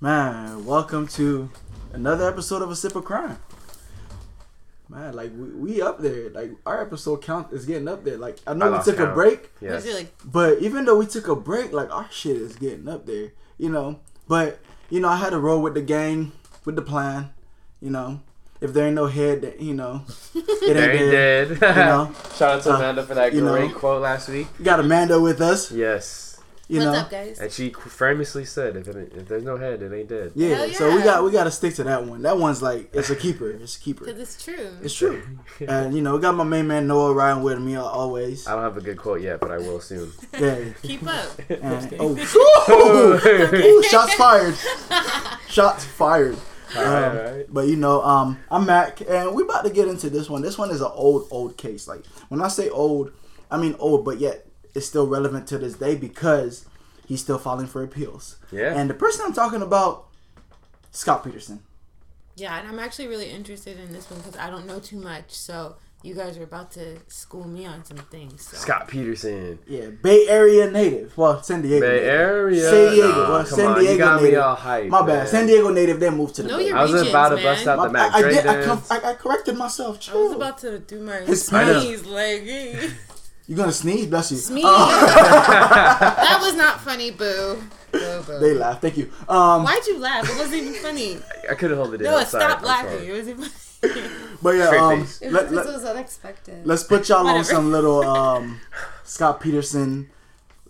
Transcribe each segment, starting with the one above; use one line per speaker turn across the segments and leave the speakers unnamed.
Man, welcome to another episode of A Sip of Crime. Man, like we, we up there. Like our episode count is getting up there. Like I know
I
we
lost
took a
count.
break,
Yes.
It was really
but even though we took a break, like our shit is getting up there, you know. But you know, I had to roll with the gang, with the plan, you know. If there ain't no head, that you know, it
Very
ain't there.
dead.
You know,
Shout out to
Uh,
Amanda for that
you know.
great quote last week.
We got Amanda with us,
Yes.
you
what's
know.
up, guys?
And she famously said, if, it, if there's no head, it ain't dead.
Yeah,
Hell
so we
yeah.
got we got to stick to that one. That one's like it's a keeper. It's a keeper.
Because it's true.
It's true. And you know, we got my main man Noah Ryan with me always.
I don't have a good quote yet, but I will soon.
Yeah.
Keep up.
And, oh, Ooh, shots fired. Shots fired. Um,
Alright.
But you know, um, I'm Mac, and we're about to get into this one. This one is an old, old case. Like when I say old, I mean old, but yet it's still relevant to this day because he's still filing for appeals.
Yeah.
And the person I'm talking about, Scott Peterson.
Yeah, and I'm actually really interested in this one because I don't know too much. So you guys are about to school me on some things. So.
Scott Peterson.
Yeah, Bay Area native. Well, San Diego.
Bay
native.
Area.
San Diego.
Nah,
well,
come
San
on,
Diego
you got
native.
me all hyped.
My bad.
man.
San Diego native. Then moved to the
Know
Bay.
your
I was
regions,
about to
man.
bust out
My-
the Mac
I, I
Dre
did. I,
dance.
com- I, I corrected myself.
I was
Chill.
about to do my
It's
sneeze, like eh.
you gonna sneeze? Bless you.
sneeze.
Oh.
Uh,
that was not funny, boo. Boo, boo.
they laugh. Thank you. Um,
Why'd you laugh? It wasn't even funny.
I couldn't hold it in.
No,
I'm sorry.
stop
I'm
laughing.
sorry.
It wasn't funny.
but yeah.
Straight
Um,
face.
It was
let,
because it
let,
was unexpected.
let's put y'all on
Whatever.
some little um, Scott Peterson.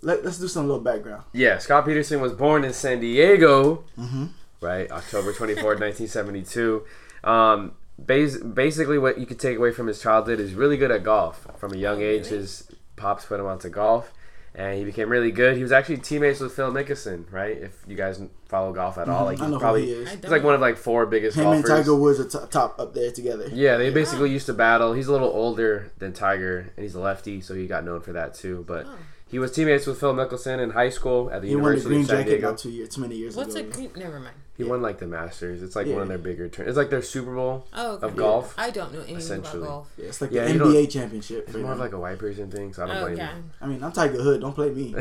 Let, let's do some little background.
Yeah, Scott Peterson was born in San Diego,
Mm-hmm.
right? October 24, 1972. Um, bas- basically, what you could take away from his childhood is really good at golf. From a young age, his pops put him onto golf, and he became really good. He was actually teammates with Phil Mickelson, right? If you guys follow golf at all, like
Mm-hmm. I know
he's
who
probably
he is. I
he's like one of like four biggest
Him and
golfers.
Tiger Woods are t- top up there together.
Yeah, they basically used to battle. He's a little older than Tiger, and he's a lefty, so he got known for that too. But he was teammates with Phil Mickelson in high school at the
He won the
University
green
of San
jacket
Diego.
not two years, too many years
What's a
ago.
green? Never mind.
He won like the Masters. It's like
Yeah.
one of their bigger turns. It's like their Super Bowl
Oh, okay.
of golf.
I don't know anything about
Essentially.
golf.
yeah, it's like
Yeah,
the
you don't-
NBA championship.
It's more of like a white person thing, so I don't blame
Okay.
him.
I mean, I'm Tiger Hood. Don't play me.
Tiger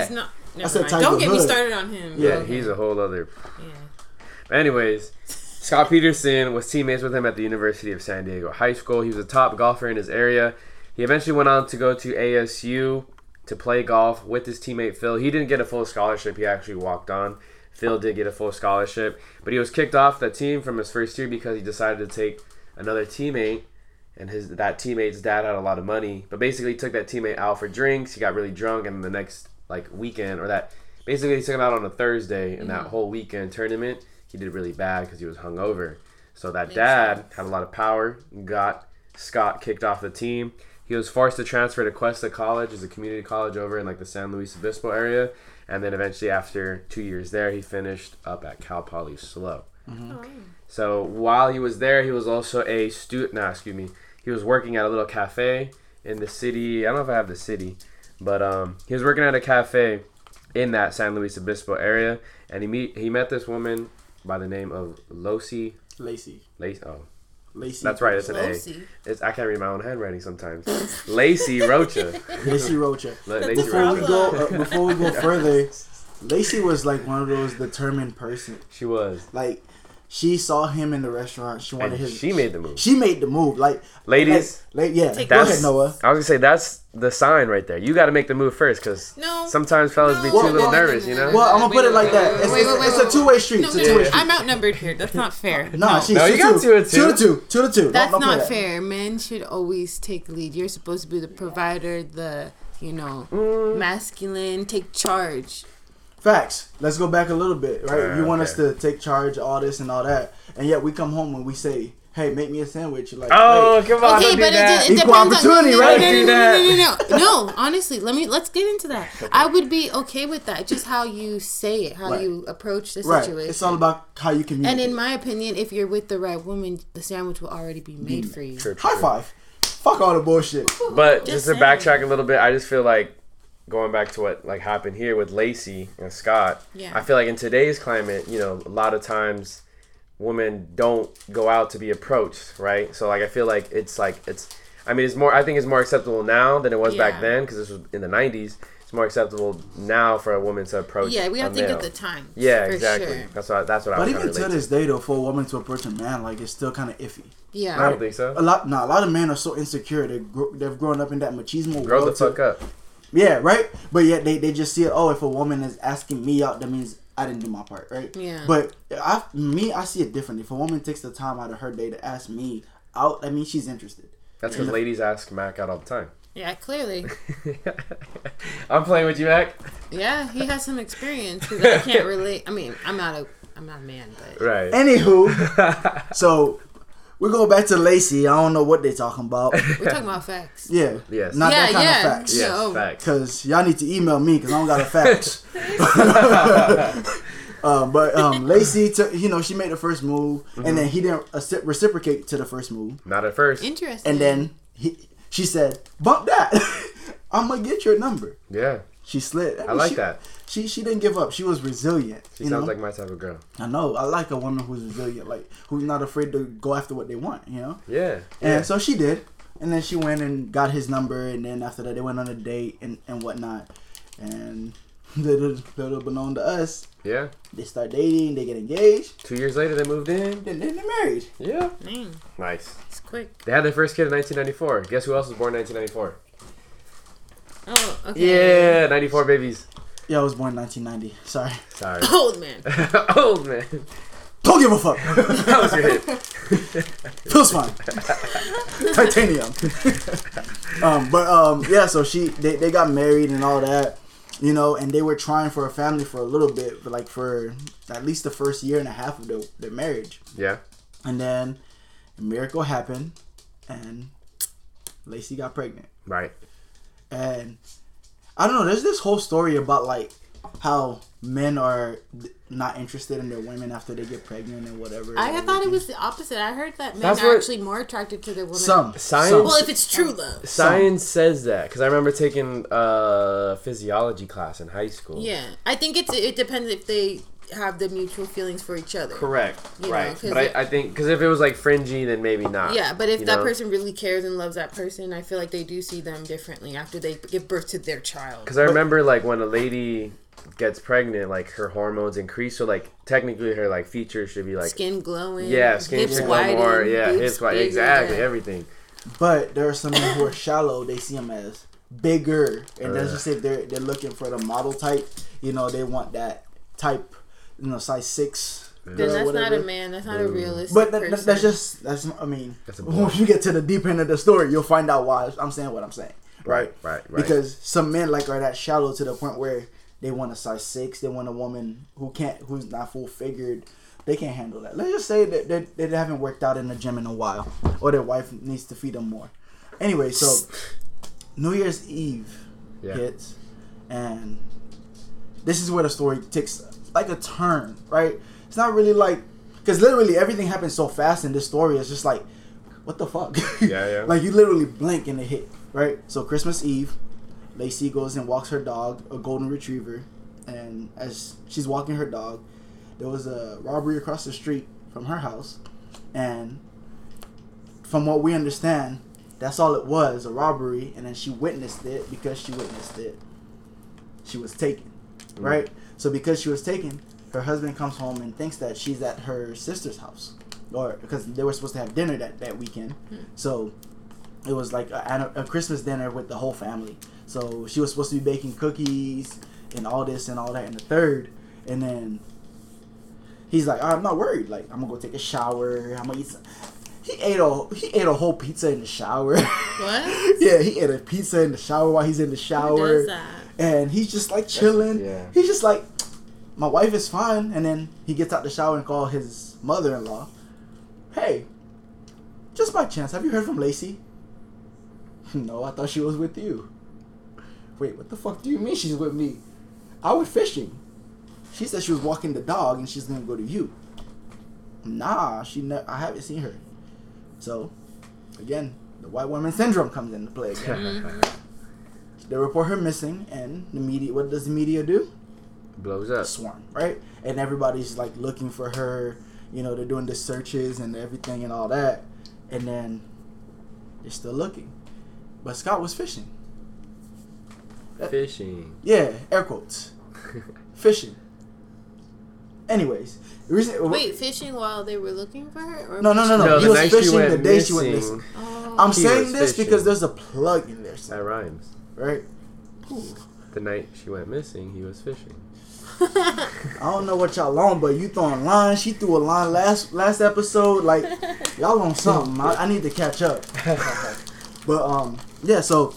is not. Never
said
mind.
Tiger
Don't get me
Hood.
started on him.
Yeah,
Okay.
he's a whole other.
Yeah.
Anyways, Scott Peterson was teammates with him at the University of San Diego High School. He was a top golfer in his area. He eventually went on to go to ASU to play golf with his teammate Phil. He didn't get a full scholarship. He actually walked on. Phil did get a full scholarship, but he was kicked off the team from his first year because he decided to take another teammate and his that teammate's dad had a lot of money, but basically took that teammate out for drinks. He got really drunk, and the next like weekend or that basically he took him out on a Thursday, and that whole weekend tournament he did really bad because he was hungover. So that dad had a lot of power, got Scott kicked off the team. He was forced to transfer to Cuesta College, is a community college over in like the San Luis Obispo area, and then eventually after two years there, he finished up at Cal Poly Slow. So while he was there, he was also a student. No, excuse me. He was working at a little cafe in the city. I don't know if I have the city, but um, he was working at a cafe in that San Luis Obispo area, and he meet he met this woman by the name of Losi.
Lacey.
Lace, oh,
Lacey.
that's right. It's an
Losi?
A. It's, I can't read my own handwriting sometimes. Lacey Rocha.
Lacey Rocha.
La- Lacey
Before we
Rocha.
go, uh, before we go further, Lacey was like one of those determined person.
She was.
Like she saw him in the restaurant. She wanted
And
his.
she made the move.
She made the move. Like
Ladies,
like, like, yeah.
Take
Go
this.
ahead, Noah.
I was gonna say that's the sign right there. You got to make the move first, because
No.
sometimes fellas be too
Well,
little
well,
nervous, you know.
Well, I'm gonna put it like that. It's,
Wait,
it's-
wait,
it's
wait,
a
wait.
two way street.
No,
It's
no,
a two way
no,
street.
I'm outnumbered here. That's not fair.
No, she's
No,
two,
you got two to
Two
two.
to two. Two to two.
That's
Don't- don't
not
play that.
fair. Men should always take the lead. You're supposed to be the provider, the you know, masculine, take charge.
Facts. Let's go back a little bit, right?
Uh,
you want
okay.
us to take charge, all this and all that, and yet we come home and we say, "Hey, make me a sandwich." You're Like,
Oh,
wait.
come on! don't do
but
that.
it, it
Equal
depends
opportunity,
on, no,
right?
No,
Do
no, no, no,
that.
no, no, no. No, honestly, let me let's get into that. I would be okay with that. Just how you say it, how
Right.
you approach the
right.
situation.
It's all about how you communicate.
and in my opinion, if you're with the right woman, the sandwich will already be made for you.
Sure,
High
sure.
five. Fuck all the bullshit.
But just,
Just
to
saying.
backtrack a little bit, I just feel like going back to what like happened here with Lacey and Scott.
Yeah.
I feel like in today's climate, you know, a lot of times women don't go out to be approached, right? So like I feel like it's like it's I mean it's more I think it's more acceptable now than it was back
Yeah.
then because this was in the 90s. it's more acceptable now for a woman to approach.
Yeah, we
a
gotta think
male.
at the time.
Yeah,
for
exactly.
Sure.
That's what that's what I
But
was
even
trying to
to
relate
this day, though, for a woman to approach a man, like it's still kind of iffy.
to.
Yeah.
I don't think
A
so.
lot, nah, a lot of men are so insecure. They gr- they've grown up in that machismo.
Grow the
world to-
fuck up.
Yeah, right. But yet they, they just see it. Oh, if a woman is asking me out, that means I didn't do my part, right?
Yeah.
But I me I see it differently. If a woman takes the time out of her day to ask me out, that means she's interested.
That's because ladies ask Mac out all the time.
Yeah, clearly.
I'm playing with you, Mac.
Yeah, he has some experience 'cause I can't relate. I mean, I'm not a I'm not a man, but
Right.
Anywho, so we go back to Lacey. I don't know what they're talking about.
we're talking about facts.
Yeah.
Yes.
Not
Yeah,
that kind
yeah.
of facts.
yes.
No.
Facts.
Cause y'all need to email me because I don't got a fax. um, but um, Lacey, took, you know, she made the first move,
Mm-hmm.
and then he didn't acci- reciprocate to the first move,
Not at first.
Interesting.
and then he, she said, "Bump that, I'm gonna get your number."
Yeah.
She slid. I, mean,
like
she-
that.
She she didn't give up. She was resilient.
She
you
sounds
know?
like my type of girl.
I know. I like a woman who's resilient, like who's not afraid to go after what they want. You know.
Yeah.
And so she did. And then she went and got his number. And then after that, they went on a date and, and whatnot. And little, little but known to us,
Yeah.
they start dating, they get engaged,
Two years later, they moved in.
then then they're married.
Yeah.
Dang,
Nice.
it's quick.
They had their first kid in 1994. Guess who else was born in 1994?
Oh, okay.
Yeah, 94 babies.
Yeah, I was born in 1990. Sorry.
Sorry.
Old man.
Old man.
Don't give a fuck.
That was your hit.
Feels fine. Titanium. um, but um, yeah, so she they, they got married and all that, you know, and they were trying for a family for a little bit, but like for at least the first year and a half of their, their marriage.
Yeah.
And then a miracle happened, and Lacey got pregnant.
Right.
And I don't know. There's this whole story about like how men are th- not interested in their women after they get pregnant and whatever.
I thought it was the opposite. I heard that men
That's
are
what-
actually more attracted to their women.
some
Science-
some.
Well, if it's true love.
Science says that because I remember taking a physiology class in high school.
Yeah, I think it's it depends if they have the mutual feelings for each other.
Correct.
You
right.
know, 'cause
but
it-
I, I think because if it was like fringy, then maybe not.
Yeah, but if
you
that
know?
person really cares and loves that person, I feel like they do see them differently after they give birth to their child.
Because I remember like when a lady gets pregnant, like her hormones increase, so like technically her like features should be like
Skin glowing.
yeah, skin
hips
should go
widen,
more, yeah,
boobs
hips wide,
bigger,
exactly,
yeah.
everything.
But there are some men who are shallow. They see them as bigger, and that's just if they're they're looking for the model type. You know, they want that type. You know, size six.
Then
girl,
that's
whatever. Mm.
not a man. That's not a realistic.
But that, that,
person.
that's just that's I mean,
That's a
when you get to the deep end of the story, you'll find out why I'm saying what I'm saying, right?
Right, right.
Because some men like are that shallow to the point where they want a size six, they want a woman who can't, who's not full figured. They can't handle that. Let's just say that they, they haven't worked out in the gym in a while, or their wife needs to feed them more. Anyway, so New Year's Eve
Yeah.
hits, and this is where the story takes like a turn, right? It's not really like because literally everything happens so fast in this story. It's just like, what the fuck?
Yeah, yeah.
like you literally blink and it hit, right? So Christmas Eve, Lacey goes and walks her dog, a golden retriever, and as she's walking her dog, there was a robbery across the street from her house, and from what we understand, that's all it was a robbery, and then she witnessed it because she witnessed it. She was taken, right? So, because she was taken, her husband comes home and thinks that she's at her sister's house, or because they were supposed to have dinner that, that weekend.
Hmm.
So, it was like a, anni- a Christmas dinner with the whole family. So, she was supposed to be baking cookies and all this and all that, and the third, and then he's like, I'm not worried. Like, I'm gonna go take a shower. I'm gonna eat. Some. He ate a he ate a whole pizza in the shower.
What?
yeah, he ate a pizza in the shower while he's in the
Who
shower,
does that?
and he's just like chilling.
yeah.
He's just like, my wife is fine. And then he gets out the shower and call his mother-in-law. Hey, just by chance, have you heard from Lacey? No, I thought she was with you. Wait, what the fuck do you mean she's with me? I went fishing. She said she was walking the dog and she's gonna go to you. Nah, she ne- I haven't seen her. So, again, the white woman syndrome comes into play again. They report her missing, and the media. What does the media do?
Blows up.
Swarm, right? And everybody's like looking for her. You know, they're doing the searches and everything and all that, and then they're still looking. But Scott was fishing,
uh, Fishing.
Yeah, air quotes. Fishing. Anyways, the reason.
Wait, fishing while they were looking for her? Or
No, no, no, no.
No,
he
the
was
night she
fishing
went
the day she went
missing.
missing.
Oh.
I'm
He
saying
was
this
fishing.
because there's a plug in there,
That
somewhere,
rhymes.
right?
The night she went missing, he was fishing.
I don't know what y'all on, but you throwing lines. She threw a line last last episode. Like y'all on something. I, I need to catch up. But um, yeah. So,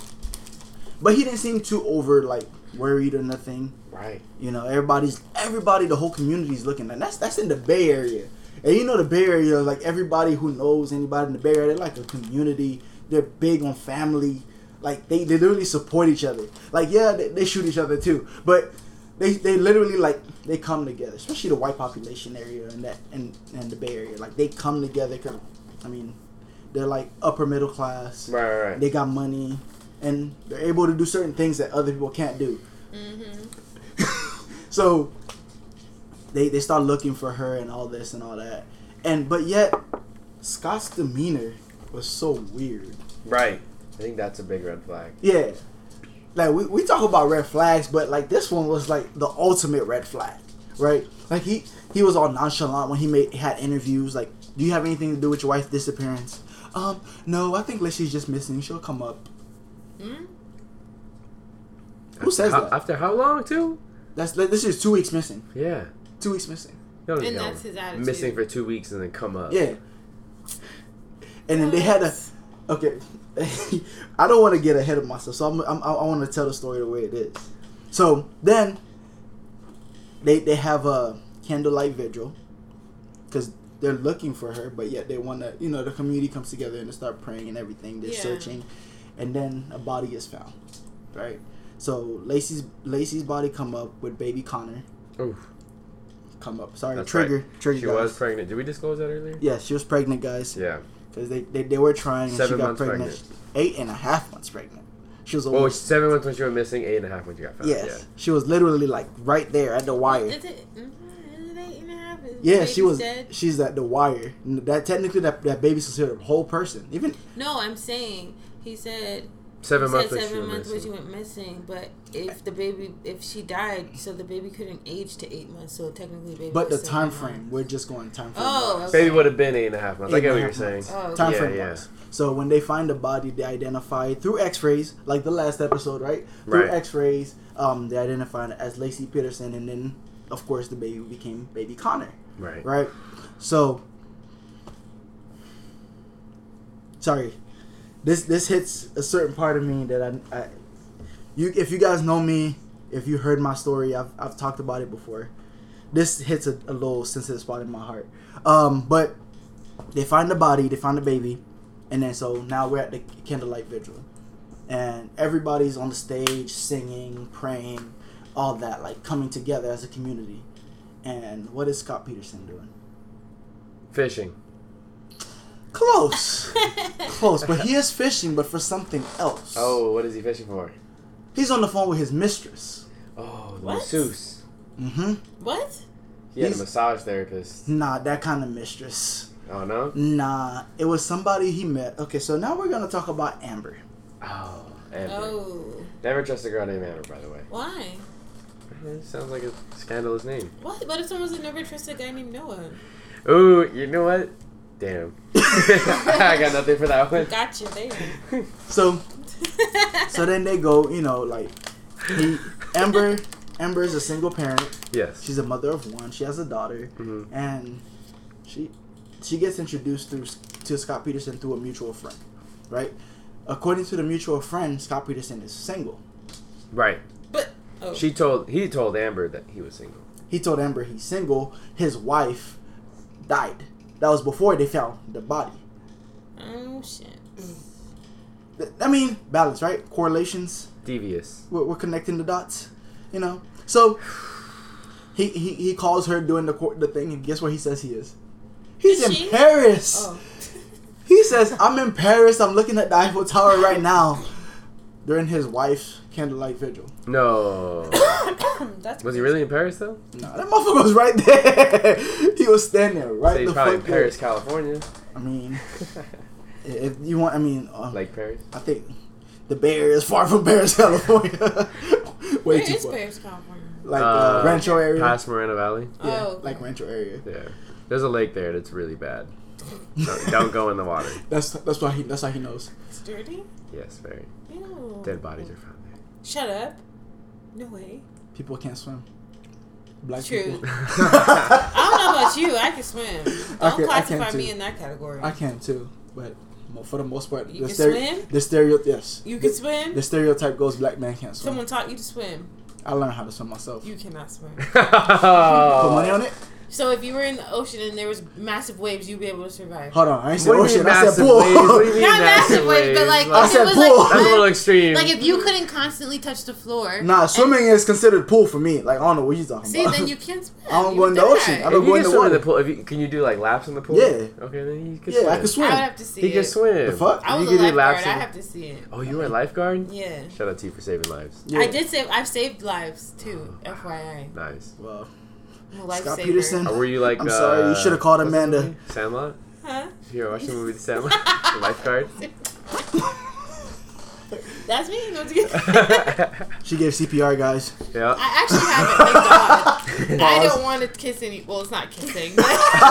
but he didn't seem too over like worried or nothing.
right.
You know, everybody's everybody, the whole community's looking, and that's that's in the Bay Area. And you know, the Bay Area, like everybody who knows anybody in the Bay Area, they're like a community. They're big on family. Like they, they literally support each other. Like yeah, they, they shoot each other too, but they, they literally like they come together, especially the white population area and that and, and the Bay Area. Like they come together. 'cause, I mean, they're like upper middle class.
Right, right, right.
They got money, and they're able to do certain things that other people can't do.
Mm-hmm.
So they they start looking for her and all this and all that. And but yet Scott's demeanor was so weird.
Right. I think that's a big red flag.
Yeah. Like we, we talk about red flags, but like this one was like the ultimate red flag, right? Like he he was all nonchalant when he made had interviews. Like, do you have anything to do with your wife's disappearance? Um, no, I think Lishy's just missing. She'll come up.
Mm?
Who says
How-
that?
After how long, too?
That's this is two weeks missing.
Yeah.
Two weeks missing.
You don't
And
know.
that's his attitude.
Missing for two weeks and then come up.
Yeah. And then they had a okay. I don't want to get ahead of myself, so I'm, I'm, I want to tell the story the way it is. So then they they have a candlelight vigil because they're looking for her, but yet they want to you know the community comes together and they start praying and everything. They're
Yeah.
searching, and then a body gets found, right? So Lacey's Lacey's body come up with baby Connor
Oof.
come up. Sorry,
That's
trigger trigger.
She
guys.
was pregnant. Did we disclose that earlier?
Yeah, she was pregnant, guys.
Yeah.
Because they, they, they were trying and she
Seven
got
months
pregnant. Eight and a half months pregnant. She was
Well,
almost.
seven months when she went missing, eight and a half when she got found.
yes. She was literally like right there at the wire.
Is it, mhm, is it eight and a half? Is
Yeah,
the
she
baby
was.
Dead?
She's at the wire. N- That technically that, that baby's considered a whole person. Even
No, I'm saying he said
Seven
said
months when she
seven
went
months when she
missing.
went missing, but if the baby, if she died, so the baby couldn't age to eight months, so technically, baby.
but the
was still
time
alive.
frame. We're just going time frame.
Oh,
wise.
okay.
Baby would have been eight and a half months. I
Eight
get
and
what
a
you're
half
saying.
months.
Oh, okay.
time
Yeah,
frame
yeah.
wise. So when they find the body, they identify through X-rays, like the last episode, right? Through
Right.
X-rays, um, they identified it as Lacey Peterson, and then of course the baby became baby Connor.
Right.
right? So, sorry, this this hits a certain part of me that I, I you if you guys know me, if you heard my story, I've I've talked about it before. This hits a, a little sensitive spot in my heart. Um, but they find the body, they find the baby, and then so now we're at the candlelight vigil, and everybody's on the stage singing, praying, all that, like coming together as a community. And what is Scott Peterson doing?
Fishing.
Close, close, but he is fishing, but for something else.
Oh, what is he fishing for?
he's on the phone with his mistress.
Oh, the
What?
masseuse.
Mm-hmm.
What?
He had a
He's-
massage therapist.
Nah, that kind of mistress.
Oh no.
Nah, it was somebody he met. Okay, so now we're gonna talk about Amber.
Oh. Amber.
Oh,
Never trust a girl named Amber, by the way.
why?
It sounds like a scandalous name.
What? What if someone was never trust a guy named Noah?
Ooh, you know what? Damn. I got nothing for that one.
Got you there.
So, so then they go. You know, like he, Amber. Amber is a single parent.
Yes.
She's a mother of one. She has a daughter,
Mhm.
and she she gets introduced through to Scott Peterson through a mutual friend, right? According to the mutual friend, Scott Peterson is single.
Right.
but oh,
She told he told Amber that he was single.
He told Amber he's single. His wife died. That was before they found the body.
oh shit.
Th- I mean, balance, right? Correlations.
Devious.
We're, we're connecting the dots, you know. So he he, he calls her doing the court the thing, and guess where he says he is? He's
Is
in
she?
Paris.
Oh,
He says, I'm in Paris. I'm looking at the Eiffel Tower right now during his wife's candlelight vigil.
No.
that's
was he really in Paris though?
Nah, that motherfucker was right there. he was standing right
So he's
the
probably
fuck
in
there.
Paris, California.
I mean, if you want, I mean, um,
like Paris.
I think the Bay Area is far from Paris, California. Way
Where
too
is
far.
Paris, California?
Like uh,
Uh,
Rancho area.
Past Moreno Valley.
yeah,
Oh.
like Rancho area.
Yeah. There's a lake there that's really bad. Don't, don't go in the water.
That's that's why he that's how he knows.
It's dirty?
Yes, very.
Ew.
Dead bodies are found there.
Shut up. No way.
People can't swim. Black
True.
people.
I don't know about you. I can swim.
I
Don't
can- I can
classify
too.
me in that category.
I can too, but mo- for the most part,
You
the,
can swim?
the stereo yes.
You
the,
can swim.
The stereotype goes black man can't swim.
Someone taught you to swim.
I learned how to swim myself.
You cannot swim.
Put money on it.
So if you were in the ocean and there was massive waves, you'd be able to survive.
Hold on, I ain't said
What do you mean
ocean. I said
massive
pool.
waves? What do you mean
Not massive waves, but like
I
if
said
it was
pool.
that's a little
like,
extreme.
like if you couldn't constantly touch the floor.
nah, swimming is considered pool for me. Like I don't know what you talking
See,
about.
then you can't swim.
I don't
You
go in the
die.
ocean. I
If
don't
you
go
can
in the
swim in
water.
the pool, if you, can you do like laps in the pool?
Yeah.
Okay, then you can
yeah,
swim.
I can swim.
I would have to see
He
it.
can swim.
The fuck?
I was
You
a
can do
lifeguard.
laps
I
in the-
have to see it.
Oh, you were a lifeguard?
Yeah.
Shout out to you for saving lives.
Yeah.
I did save. I've saved lives too. FYI,
Nice.
Well,
I'm a
Scott
lifesaver.
Peterson.
Or were you like?
I'm sorry, you
uh,
should have called
what's the
Amanda.
movie? Sandlot.
Huh?
You ever watched the movie The Sandlot? the lifeguard.
That's me. No, it's-
She gave CPR, guys.
yeah.
I actually haven't. Thank God. I don't want to kiss any. Well, it's not kissing. I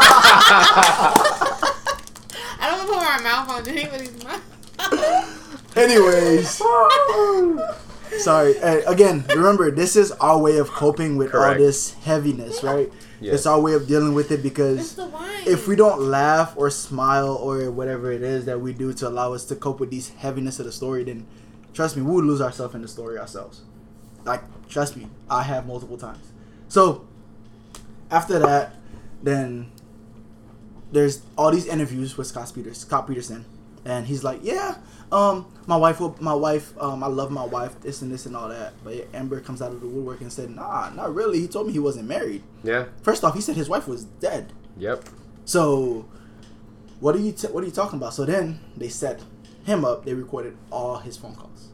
don't want to put my mouth on anybody's mouth.
Anyways, sorry. Hey, again, remember this is our way of coping with
Correct.
all this heaviness, right?
Yes.
It's our way of dealing with it
It's
because
the wine.
if we don't laugh or smile or whatever it is that we do to allow us to cope with these heaviness of the story, then trust me, we would lose ourselves in the story ourselves. Like, trust me, I have multiple times. So after that, then there's all these interviews with Scott Peters, Scott Peterson, and he's like, yeah, um, my wife will, my wife, um, I love my wife, this and this and all that. But Amber comes out of the woodwork and said, nah, not really. He told me he wasn't married.
Yeah.
First off, he said his wife was dead.
Yep.
So, what are you t- what are you talking about? So then they set him up. They recorded all his phone calls,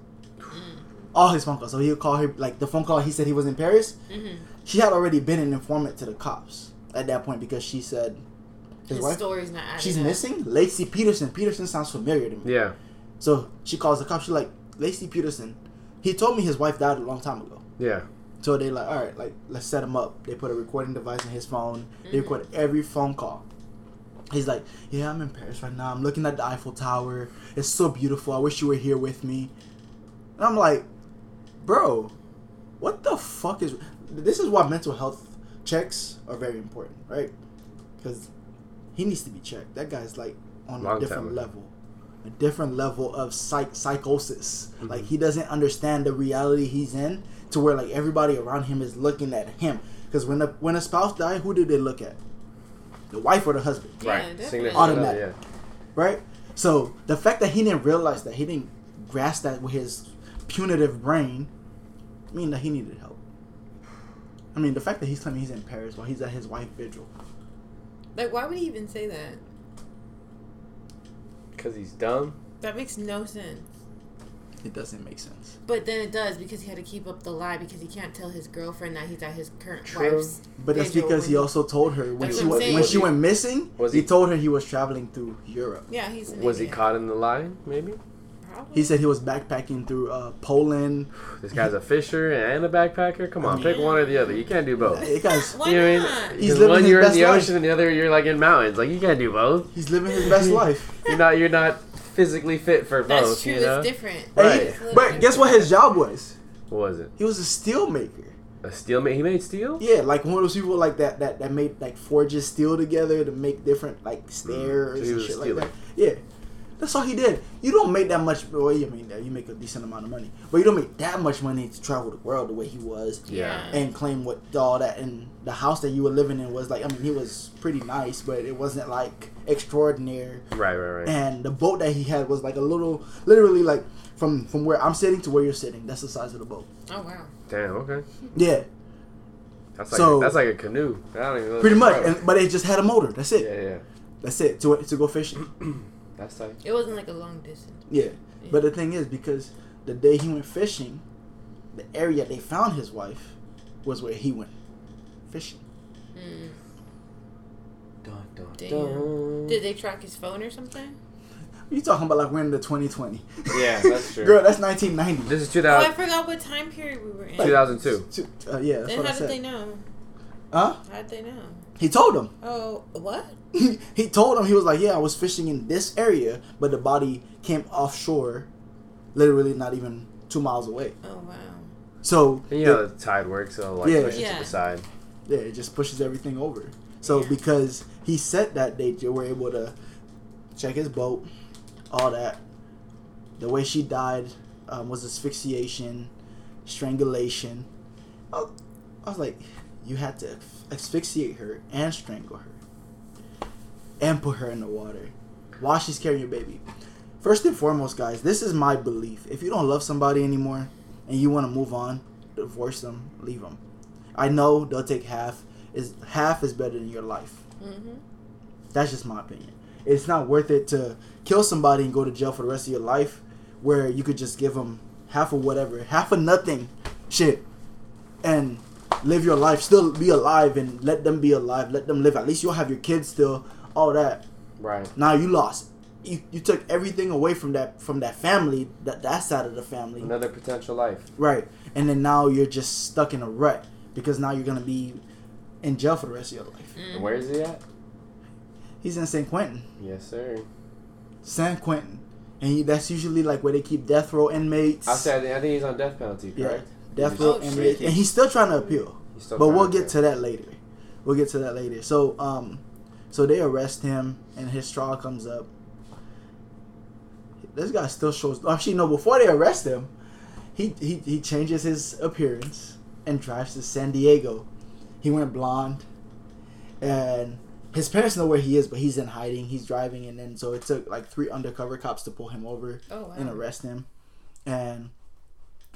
all his phone calls. So he would call her like the phone call he said he was in Paris.
Mm-hmm.
She had already been an informant to the cops at that point because she said his
the
wife
story's not adding
she's
up.
missing. Lacey Peterson. Peterson sounds familiar to me.
Yeah.
So she calls the cops. She's like Lacey Peterson. He told me his wife died a long time ago.
Yeah.
So they like, all right, like let's set him up. They put a recording device in his phone. They record every phone call. He's like, yeah, I'm in Paris right now. I'm looking at the Eiffel Tower. It's so beautiful. I wish you were here with me. And I'm like, bro, what the fuck is? This is why mental health checks are very important, right? Because he needs to be checked. That guy's like on
Long
a
time
different
ago.
level, a different level of psych psychosis. Like he doesn't understand the reality he's in to where like everybody around him is looking at him. Because when a when a spouse die, who do they look at? The wife or the husband,
Yeah,
right. Sing that shit
definitely.
up,
Automatic. right? So the fact that he didn't realize that he didn't grasp that with his punitive brain, mean that he needed help. I mean, the fact that he's claiming he's in Paris while he's at his wife vigil.
Like, why would he even say that?
Yeah. Because he's dumb.
That makes no sense.
It doesn't make sense.
But then it does because he had to keep up the lie because he can't tell his girlfriend that he's at his current
True.
wife's.
But that's
vigil
because he
when-
also told her when
That's
she
what I'm
was,
saying.
when
Was
she
he-
went missing,
was
he
he-
told her he was traveling through Europe.
Yeah, he's. An
Was he
idiot.
caught in the lie? Maybe.
Probably.
He said he was backpacking through uh, Poland.
This guy's a fisher and a backpacker. Come on, pick one or the other. You can't do both.
It guys,
Why
You know what
not?
I mean?
He's
Because
living
one
his
you're in
best
the
life.
ocean and the other you're like in mountains. Like you can't do both.
he's living his best life.
You're not you're not physically fit for both.
That's true.
You know?
It's different.
And he-
Right.
but guess what his job was?
What was it?
He was a steel maker.
A steel ma- He made steel.
Yeah, like one of those people like that that that made like forges steel together to make different like stairs
Mm. So he
and
was a
shit like
stealer.
that. Yeah, that's all he did. You don't make that much. Well, you mean that you make a decent amount of money, but you don't make that much money to travel the world the way he was
Yeah.
and claim what all that. And the house that you were living in was like, I mean, he was pretty nice, but it wasn't like extraordinary.
Right, right, right.
And the boat that he had was like a little, literally like from from where I'm sitting to where you're sitting. That's the size of the boat.
Oh wow.
Damn. Okay.
Yeah,
That's like
So-
that's like a canoe. I don't even know
pretty much.
Right.
And, but it just had a motor. That's it.
yeah, yeah.
That's it to to go fishing.
That's like
It wasn't like a long distance.
Yeah. But the thing is, because the day he went fishing, the area they found his wife was where he went fishing.
Mm.
dun, dun,
Damn.
dun.
Did they track his phone or something?
You talking about like we're in the 2020?
Yeah, that's true.
Girl, that's 1990.
This is
Oh, I
2000,
forgot what time period we were in.
2002.
Two- Uh, yeah, that's
Then
what I
how did they
said.
know?
Huh?
How did they know?
He told him.
Oh, what?
he told him he was like, yeah, I was fishing in this area, but the body came offshore, literally not even two miles away.
Oh wow.
So
And you know the tide works, so like
Yeah.
push it to
Yeah.
the side.
yeah, it just pushes everything over. So
Yeah.
because he said that they j- were able to check his boat, all that. The way she died um, was asphyxiation, strangulation. I was, I was like, you had to asphyxiate her and strangle her, and put her in the water while she's carrying your baby. First and foremost, guys, this is my belief. If you don't love somebody anymore and you want to move on, divorce them, leave them. I know they'll take half. Is half is better than your life.
Mm-hmm.
That's just my opinion. It's not worth it to kill somebody and go to jail for the rest of your life, where you could just give them half of whatever, half of nothing, shit, and live your life. Still be alive and let them be alive. Let them live. At least you'll have your kids still. All that.
Right.
Now you lost. You, you took everything away from that from that family that that side of the family.
Another potential life.
Right. And then now you're just stuck in a rut because now you're gonna be in jail for the rest of your life.
Mm. Mm-hmm.
And where is he at?
He's in San Quentin.
Yes, sir.
San Quentin. And he, that's usually like where they keep death row inmates.
I said I think he's on death penalty,
Yeah.
correct?
death
He's-
row
Oh, shit.
inmates. And he's still trying to appeal.
he's still
but
trying
we'll
to
get to that later. We'll get to that later. So um, so they arrest him, and his trial comes up. This guy still shows. Actually, no. Before they arrest him, he he he changes his appearance and drives to San Diego. He went blonde, and his parents know where he is, but he's in hiding. He's driving, and then so it took like three undercover cops to pull him over
Oh wow.
and arrest him. And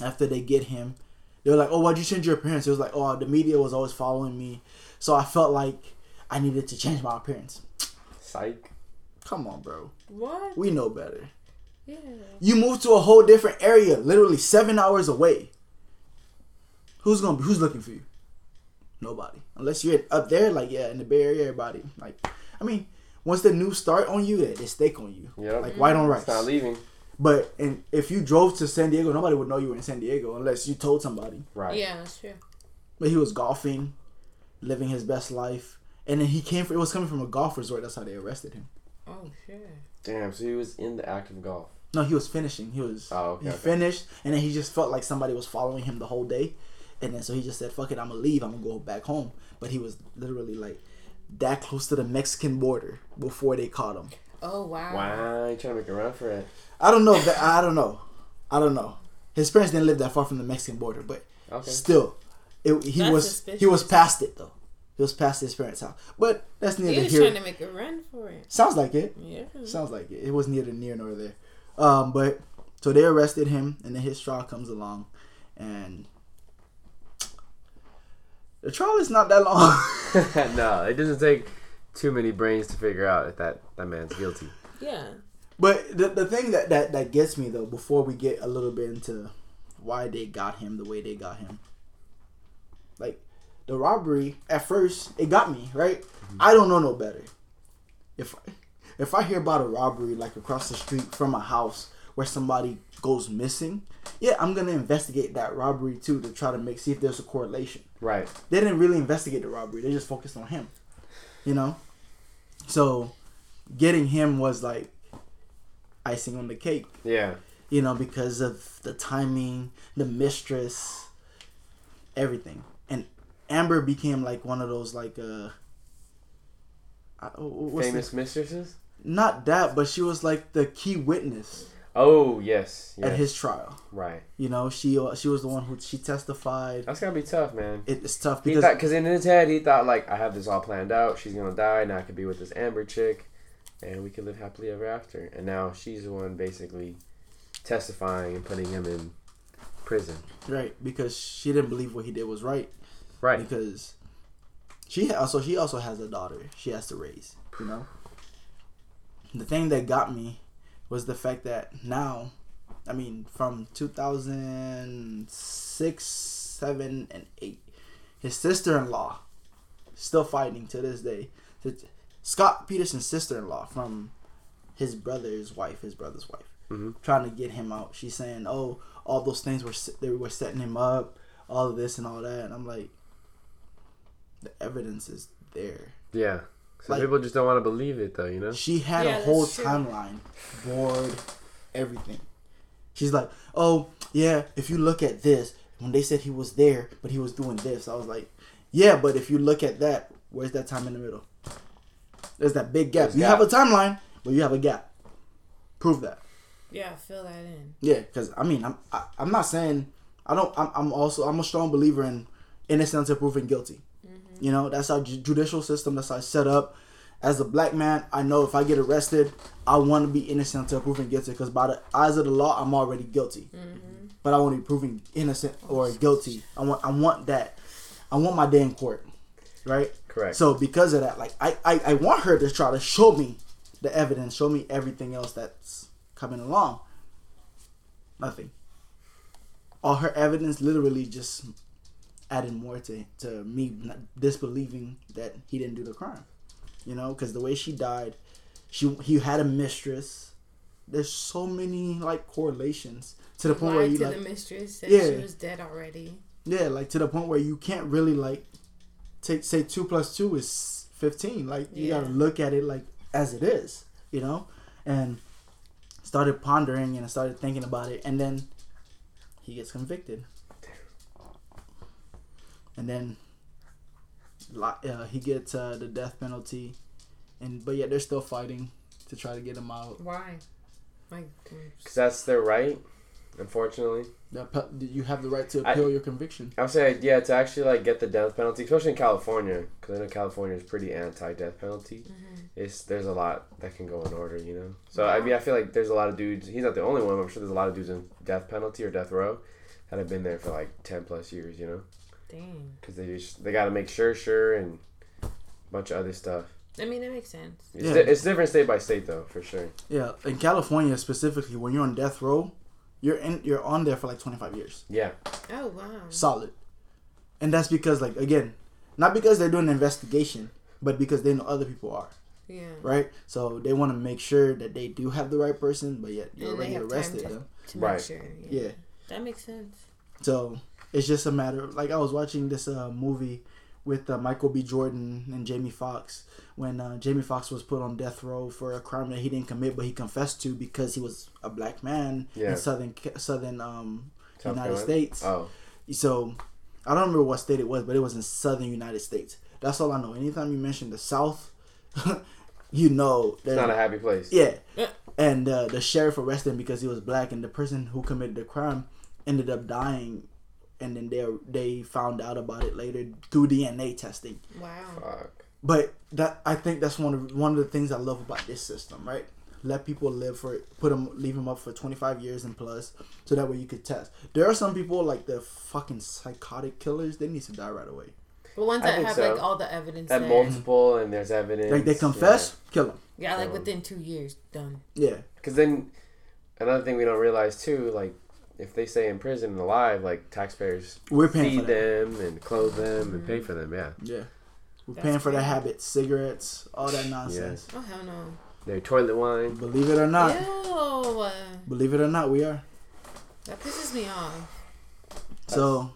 after they get him, they were like, "Oh, why'd you change your appearance?" It was like, "Oh, the media was always following me, so I felt like I needed to change my appearance."
Psych.
Come on, bro.
What?
We know better.
Yeah.
You moved to a whole different area, literally seven hours away. Who's gonna be? Who's looking for you? Nobody, unless you're up there, like yeah, in the Bay Area. Everybody, like, I mean, once the news start on you, they they stake on you,
Yep.
Mm-hmm.
like white on rice.
It's not leaving.
But and if you drove to San Diego, nobody would know you were in San Diego unless you told somebody.
Right.
Yeah, that's true.
But he was golfing, living his best life, and then he came. From, it was coming from a golf resort. That's how they arrested him.
Oh shit.
Damn, so he was in the act of golf.
No, he was finishing. He was.
Oh, okay,
he
okay.
finished, and then he just felt like somebody was following him the whole day, and then so he just said, "Fuck it, I'm gonna leave. I'm gonna go back home." But he was literally like that close to the Mexican border before they caught him.
Oh wow.
Wow, you trying to make a run for it.
I don't know. That, I don't know. I don't know. His parents didn't live that far from the Mexican border, but
Okay.
Still, it, he
That's
was he
suspicious.
was past it though. He was past his parents' house, but that's
He
neither
was
here.
trying to make a run for it.
Sounds like it.
Yeah.
Sounds like it. It was neither near nor there. Um, but so they arrested him, and then his trial comes along, and the trial is not that long.
no, it doesn't take too many brains to figure out if that, that man's guilty.
Yeah.
But the, the thing that, that, that gets me though, before we get a little bit into why they got him the way they got him, like the robbery at first it got me right. I don't know no better. If if I hear about a robbery like across the street from a house where somebody goes missing, yeah, I'm gonna investigate that robbery too to try to make see if there's a correlation
Right.
they didn't really investigate the robbery. They just focused on him, you know. So, getting him was like icing on the cake,
Yeah.
you know, because of the timing, the mistress, everything. And Amber became like one of those like uh, I, oh, what's the-
Famous mistresses?
not that, but she was like the key witness
Oh, yes. yes.
at his trial.
right.
You know, she uh, she was the one who she testified.
That's going to be tough, man.
It, it's tough
He
because
thought, because in his head, he thought, like, I have this all planned out. She's going to die. Now I could be with this Amber chick and we could live happily ever after. And now she's the one basically testifying and putting him in prison.
right because she didn't believe what he did was right.
Right.
because she also she also has a daughter she has to raise you know the thing that got me was the fact that now i mean from 2006 7 and 8 his sister-in-law still fighting to this day Th- scott peterson's sister-in-law from his brother's wife, his brother's wife,
Mhm.
trying to get him out. She's saying, "Oh, all those things were s- they were setting him up, all of this and all that." And I'm like, the evidence is there.
Yeah. So
Like-
people just don't want to believe it, though, you know?
She had
Yeah,
a whole
that's true.
timeline, board, everything. She's like, "Oh yeah, if you look at this, when they said he was there, but he was doing this," I was like, "Yeah, but if you look at that, where's that time in the middle? There's that big gap.
There's
you
gap.
have a timeline, but you have a gap. Prove that."
Yeah, fill that in.
Yeah, because I mean, I'm I, I'm not saying I don't. I'm, I'm also I'm a strong believer in innocent until proven guilty. You know, that's our ju- judicial system. That's how it's set up. As a black man, I know if I get arrested, I want to be innocent until proven guilty. Because by the eyes of the law, I'm already guilty. But I want to be proven innocent or guilty. I want I want that. I want my day in court, right?
Correct.
So because of that, like I, I, I want her to try to show me the evidence, show me everything else that's coming along. Nothing. All her evidence literally just added more to to me not disbelieving that he didn't do the crime. You know, because the way she died, she he had a mistress. There's so many like correlations to the point where
Lied
you
to
like
the mistress that
Yeah.
she was dead already.
yeah, like to the point where you can't really like take say two plus two is fifteen. Like you
Yeah.
gotta look at it like as it is, you know? And started pondering and I started thinking about it and then he gets convicted. And then li- uh, he gets uh, the death penalty and but yet they're still fighting to try to get him out.
Why? Like,
Because that's their right, unfortunately.
The pe- You have the right to
I-
appeal your conviction.
I would say, yeah, to actually, like, get the death penalty, especially in California, because I know California is pretty anti-death penalty. It's There's a lot that can go in order, you know? So, I mean, I feel like there's a lot of dudes, he's not the only one, but I'm sure there's a lot of dudes in death penalty or death row that have been there for, like, 10 plus years, you know?
dang.
Because they just, they got to make sure, sure, and a bunch of other stuff.
I mean, that makes sense.
It's,
Yeah.
di- it's different state by state, though, for sure.
Yeah, in California specifically, when you're on death row, you're in you're on there for like 25 years,
Yeah.
Oh wow.
solid, and that's because like again, not because they're doing an investigation, but because they know other people are
Yeah.
right, so they want to make sure that they do have the right person, but yet you
And they
already
have time
arrested
to-
them.
To
Right.
make sure.
Yeah,
That makes sense.
so it's just a matter. Like I was watching this uh, movie with uh, Michael B. Jordan and Jamie Foxx when uh, Jamie Foxx was put on death row for a crime that he didn't commit, but he confessed to because he was a black man
Yeah.
in southern Ca- southern um,
South
United
Carolina?
States.
Oh.
So I don't remember what state it was, but it was in southern United States. That's all I know. Anytime you mention the South, you know
It's not a happy place.
yeah.
Yeah.
And uh, the sheriff arrested him because he was black, and the person who committed the crime ended up dying. And then they they found out about it later through DNA testing.
Wow.
Fuck.
But that I think that's one of one of the things I love about this system, right? Let people live for put them leave them up for 25 years and plus, so that way you could test. There are some people like the fucking psychotic killers. They need to die right away.
But ones
I
that
think
have
so.
like all the evidence
That
there.
multiple, and there's evidence.
Like they confess, kill 'em. kill them.
Yeah, like
Um,
within two years, done.
Yeah,
Because then, another thing we don't realize too, like if they stay in prison and alive, like taxpayers
we're paying for
feed
that.
them and clothe them and pay
Mm-hmm.
for them. Yeah,
Yeah, we're
That's
paying for their
crazy.
habits, cigarettes, all that nonsense.
Oh hell no.
their toilet wine.
Believe it or not,
Ew.
Believe it or not, we are.
That pisses me off.
So,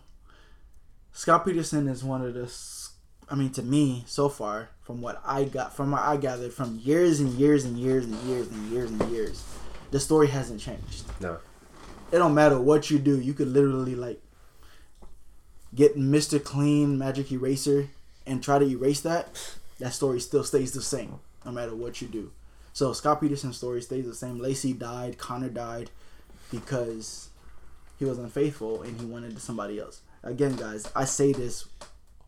Scott Peterson is one of the, s- I mean, to me, so far, from what I got, from what I gathered from years and years and years and years and years and years, the story hasn't changed.
No.
It don't matter what you do, you could literally, like, get Mr. Clean Magic Eraser and try to erase that. That story still stays the same, no matter what you do. So, Scott Peterson's story stays the same. Lacey died, Connor died because he was unfaithful and he wanted somebody else. Again, guys, I say this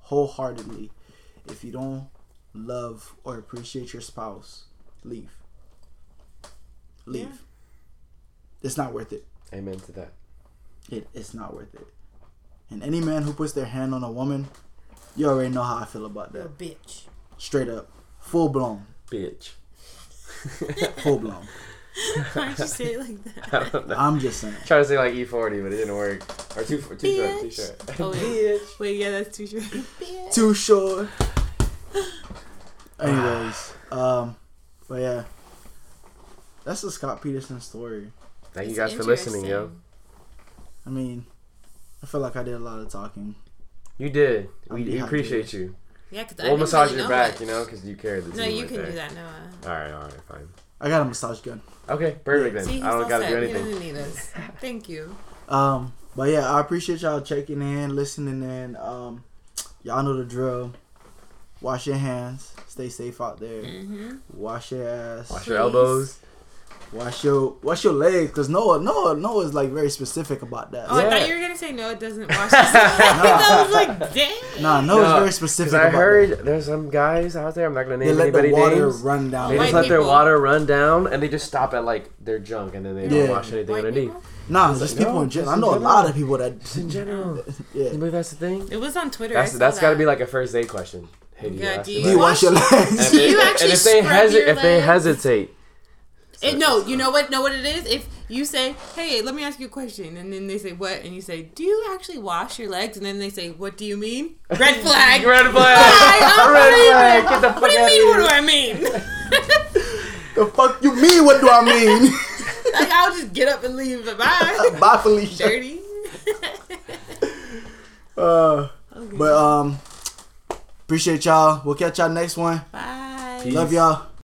wholeheartedly. If you don't love or appreciate your spouse, leave. Leave.
Yeah.
It's not worth it.
Amen to that.
it. It's not worth it. And any man who puts their hand on a woman, you already know how I feel about
You a
that.
bitch.
Straight up. Full blown.
Bitch.
Full blown.
Why'd you say it like that?
I don't know.
I'm just saying.
Trying to say like E40, but it didn't work. Or too too short. Too
Bitch.
short.
Oh, wait. Wait, yeah, that's too short.
too short. Anyways, um, but yeah, That's the Scott Peterson story.
Thank you
It's
guys for listening, yo.
interesting.
I mean, I feel like I did a lot of talking.
You did.
I'm
We, we
dehydrated.
appreciate you.
Yeah, because I
We'll
didn't
massage
really
your
know
back,
much.
you know, because you carried the
No,
team
you
right
can
there.
do that, Noah.
All right, all right, fine.
I got a massage gun.
Okay, perfect then.
See, he's
I don't
all
gotta
set.
do
He
anything.
doesn't need us. Thank you.
Um, but yeah, I appreciate y'all checking in, listening in. Um, y'all know the drill. Wash your hands. Stay safe out there.
Mm-hmm.
Wash your ass.
Wash your
Please.
elbows.
Wash your wash your legs, cause Noah Noah Noah is like very specific about that.
Oh,
Yeah.
I thought you were gonna say no. It doesn't wash. itself." I was like, dang.
Nah, Noah's
No,
very
'Cause
specific.
I
about
heard there's some guys out there. I'm not gonna
that. they
name
let the
anybody
water
names.
run down.
They just
White
let their
people.
water run down and they just stop at like their junk and then they
Yeah.
don't wash anything
White
underneath.
people?
nah, just
No,
people in general.
just
I
in
know a
general.
lot of people
Just in
that.
general.
yeah.
You believe that's the thing?
It was on Twitter.
That's
I saw
that's
that.
gotta be like a first aid question. Hey, do you
Yeah,
wash
do
your
you
Do
legs?
you wash your
And if
legs?
Do you
they-
actually
and if they,
scrub
hesi-
your
if they
legs?
hesitate,
It, no, you know what? Know what it is? If you say, "Hey, let me ask you a question," and then they say, "What?" and you say, "Do you actually wash your legs?" and then they say, "What do you mean?" Red flag.
red
flag,
flag, red
unbelievable.
flag, get the fuck
What do you
out
mean? What
of
do
here.
I mean?
the fuck you mean? What do I mean?
like I'll just get up and leave. Bye.
Bye, Felicia.
Dirty.
Uh,
Okay.
but um, appreciate y'all. We'll catch y'all next one.
Bye.
Peace.
Love y'all.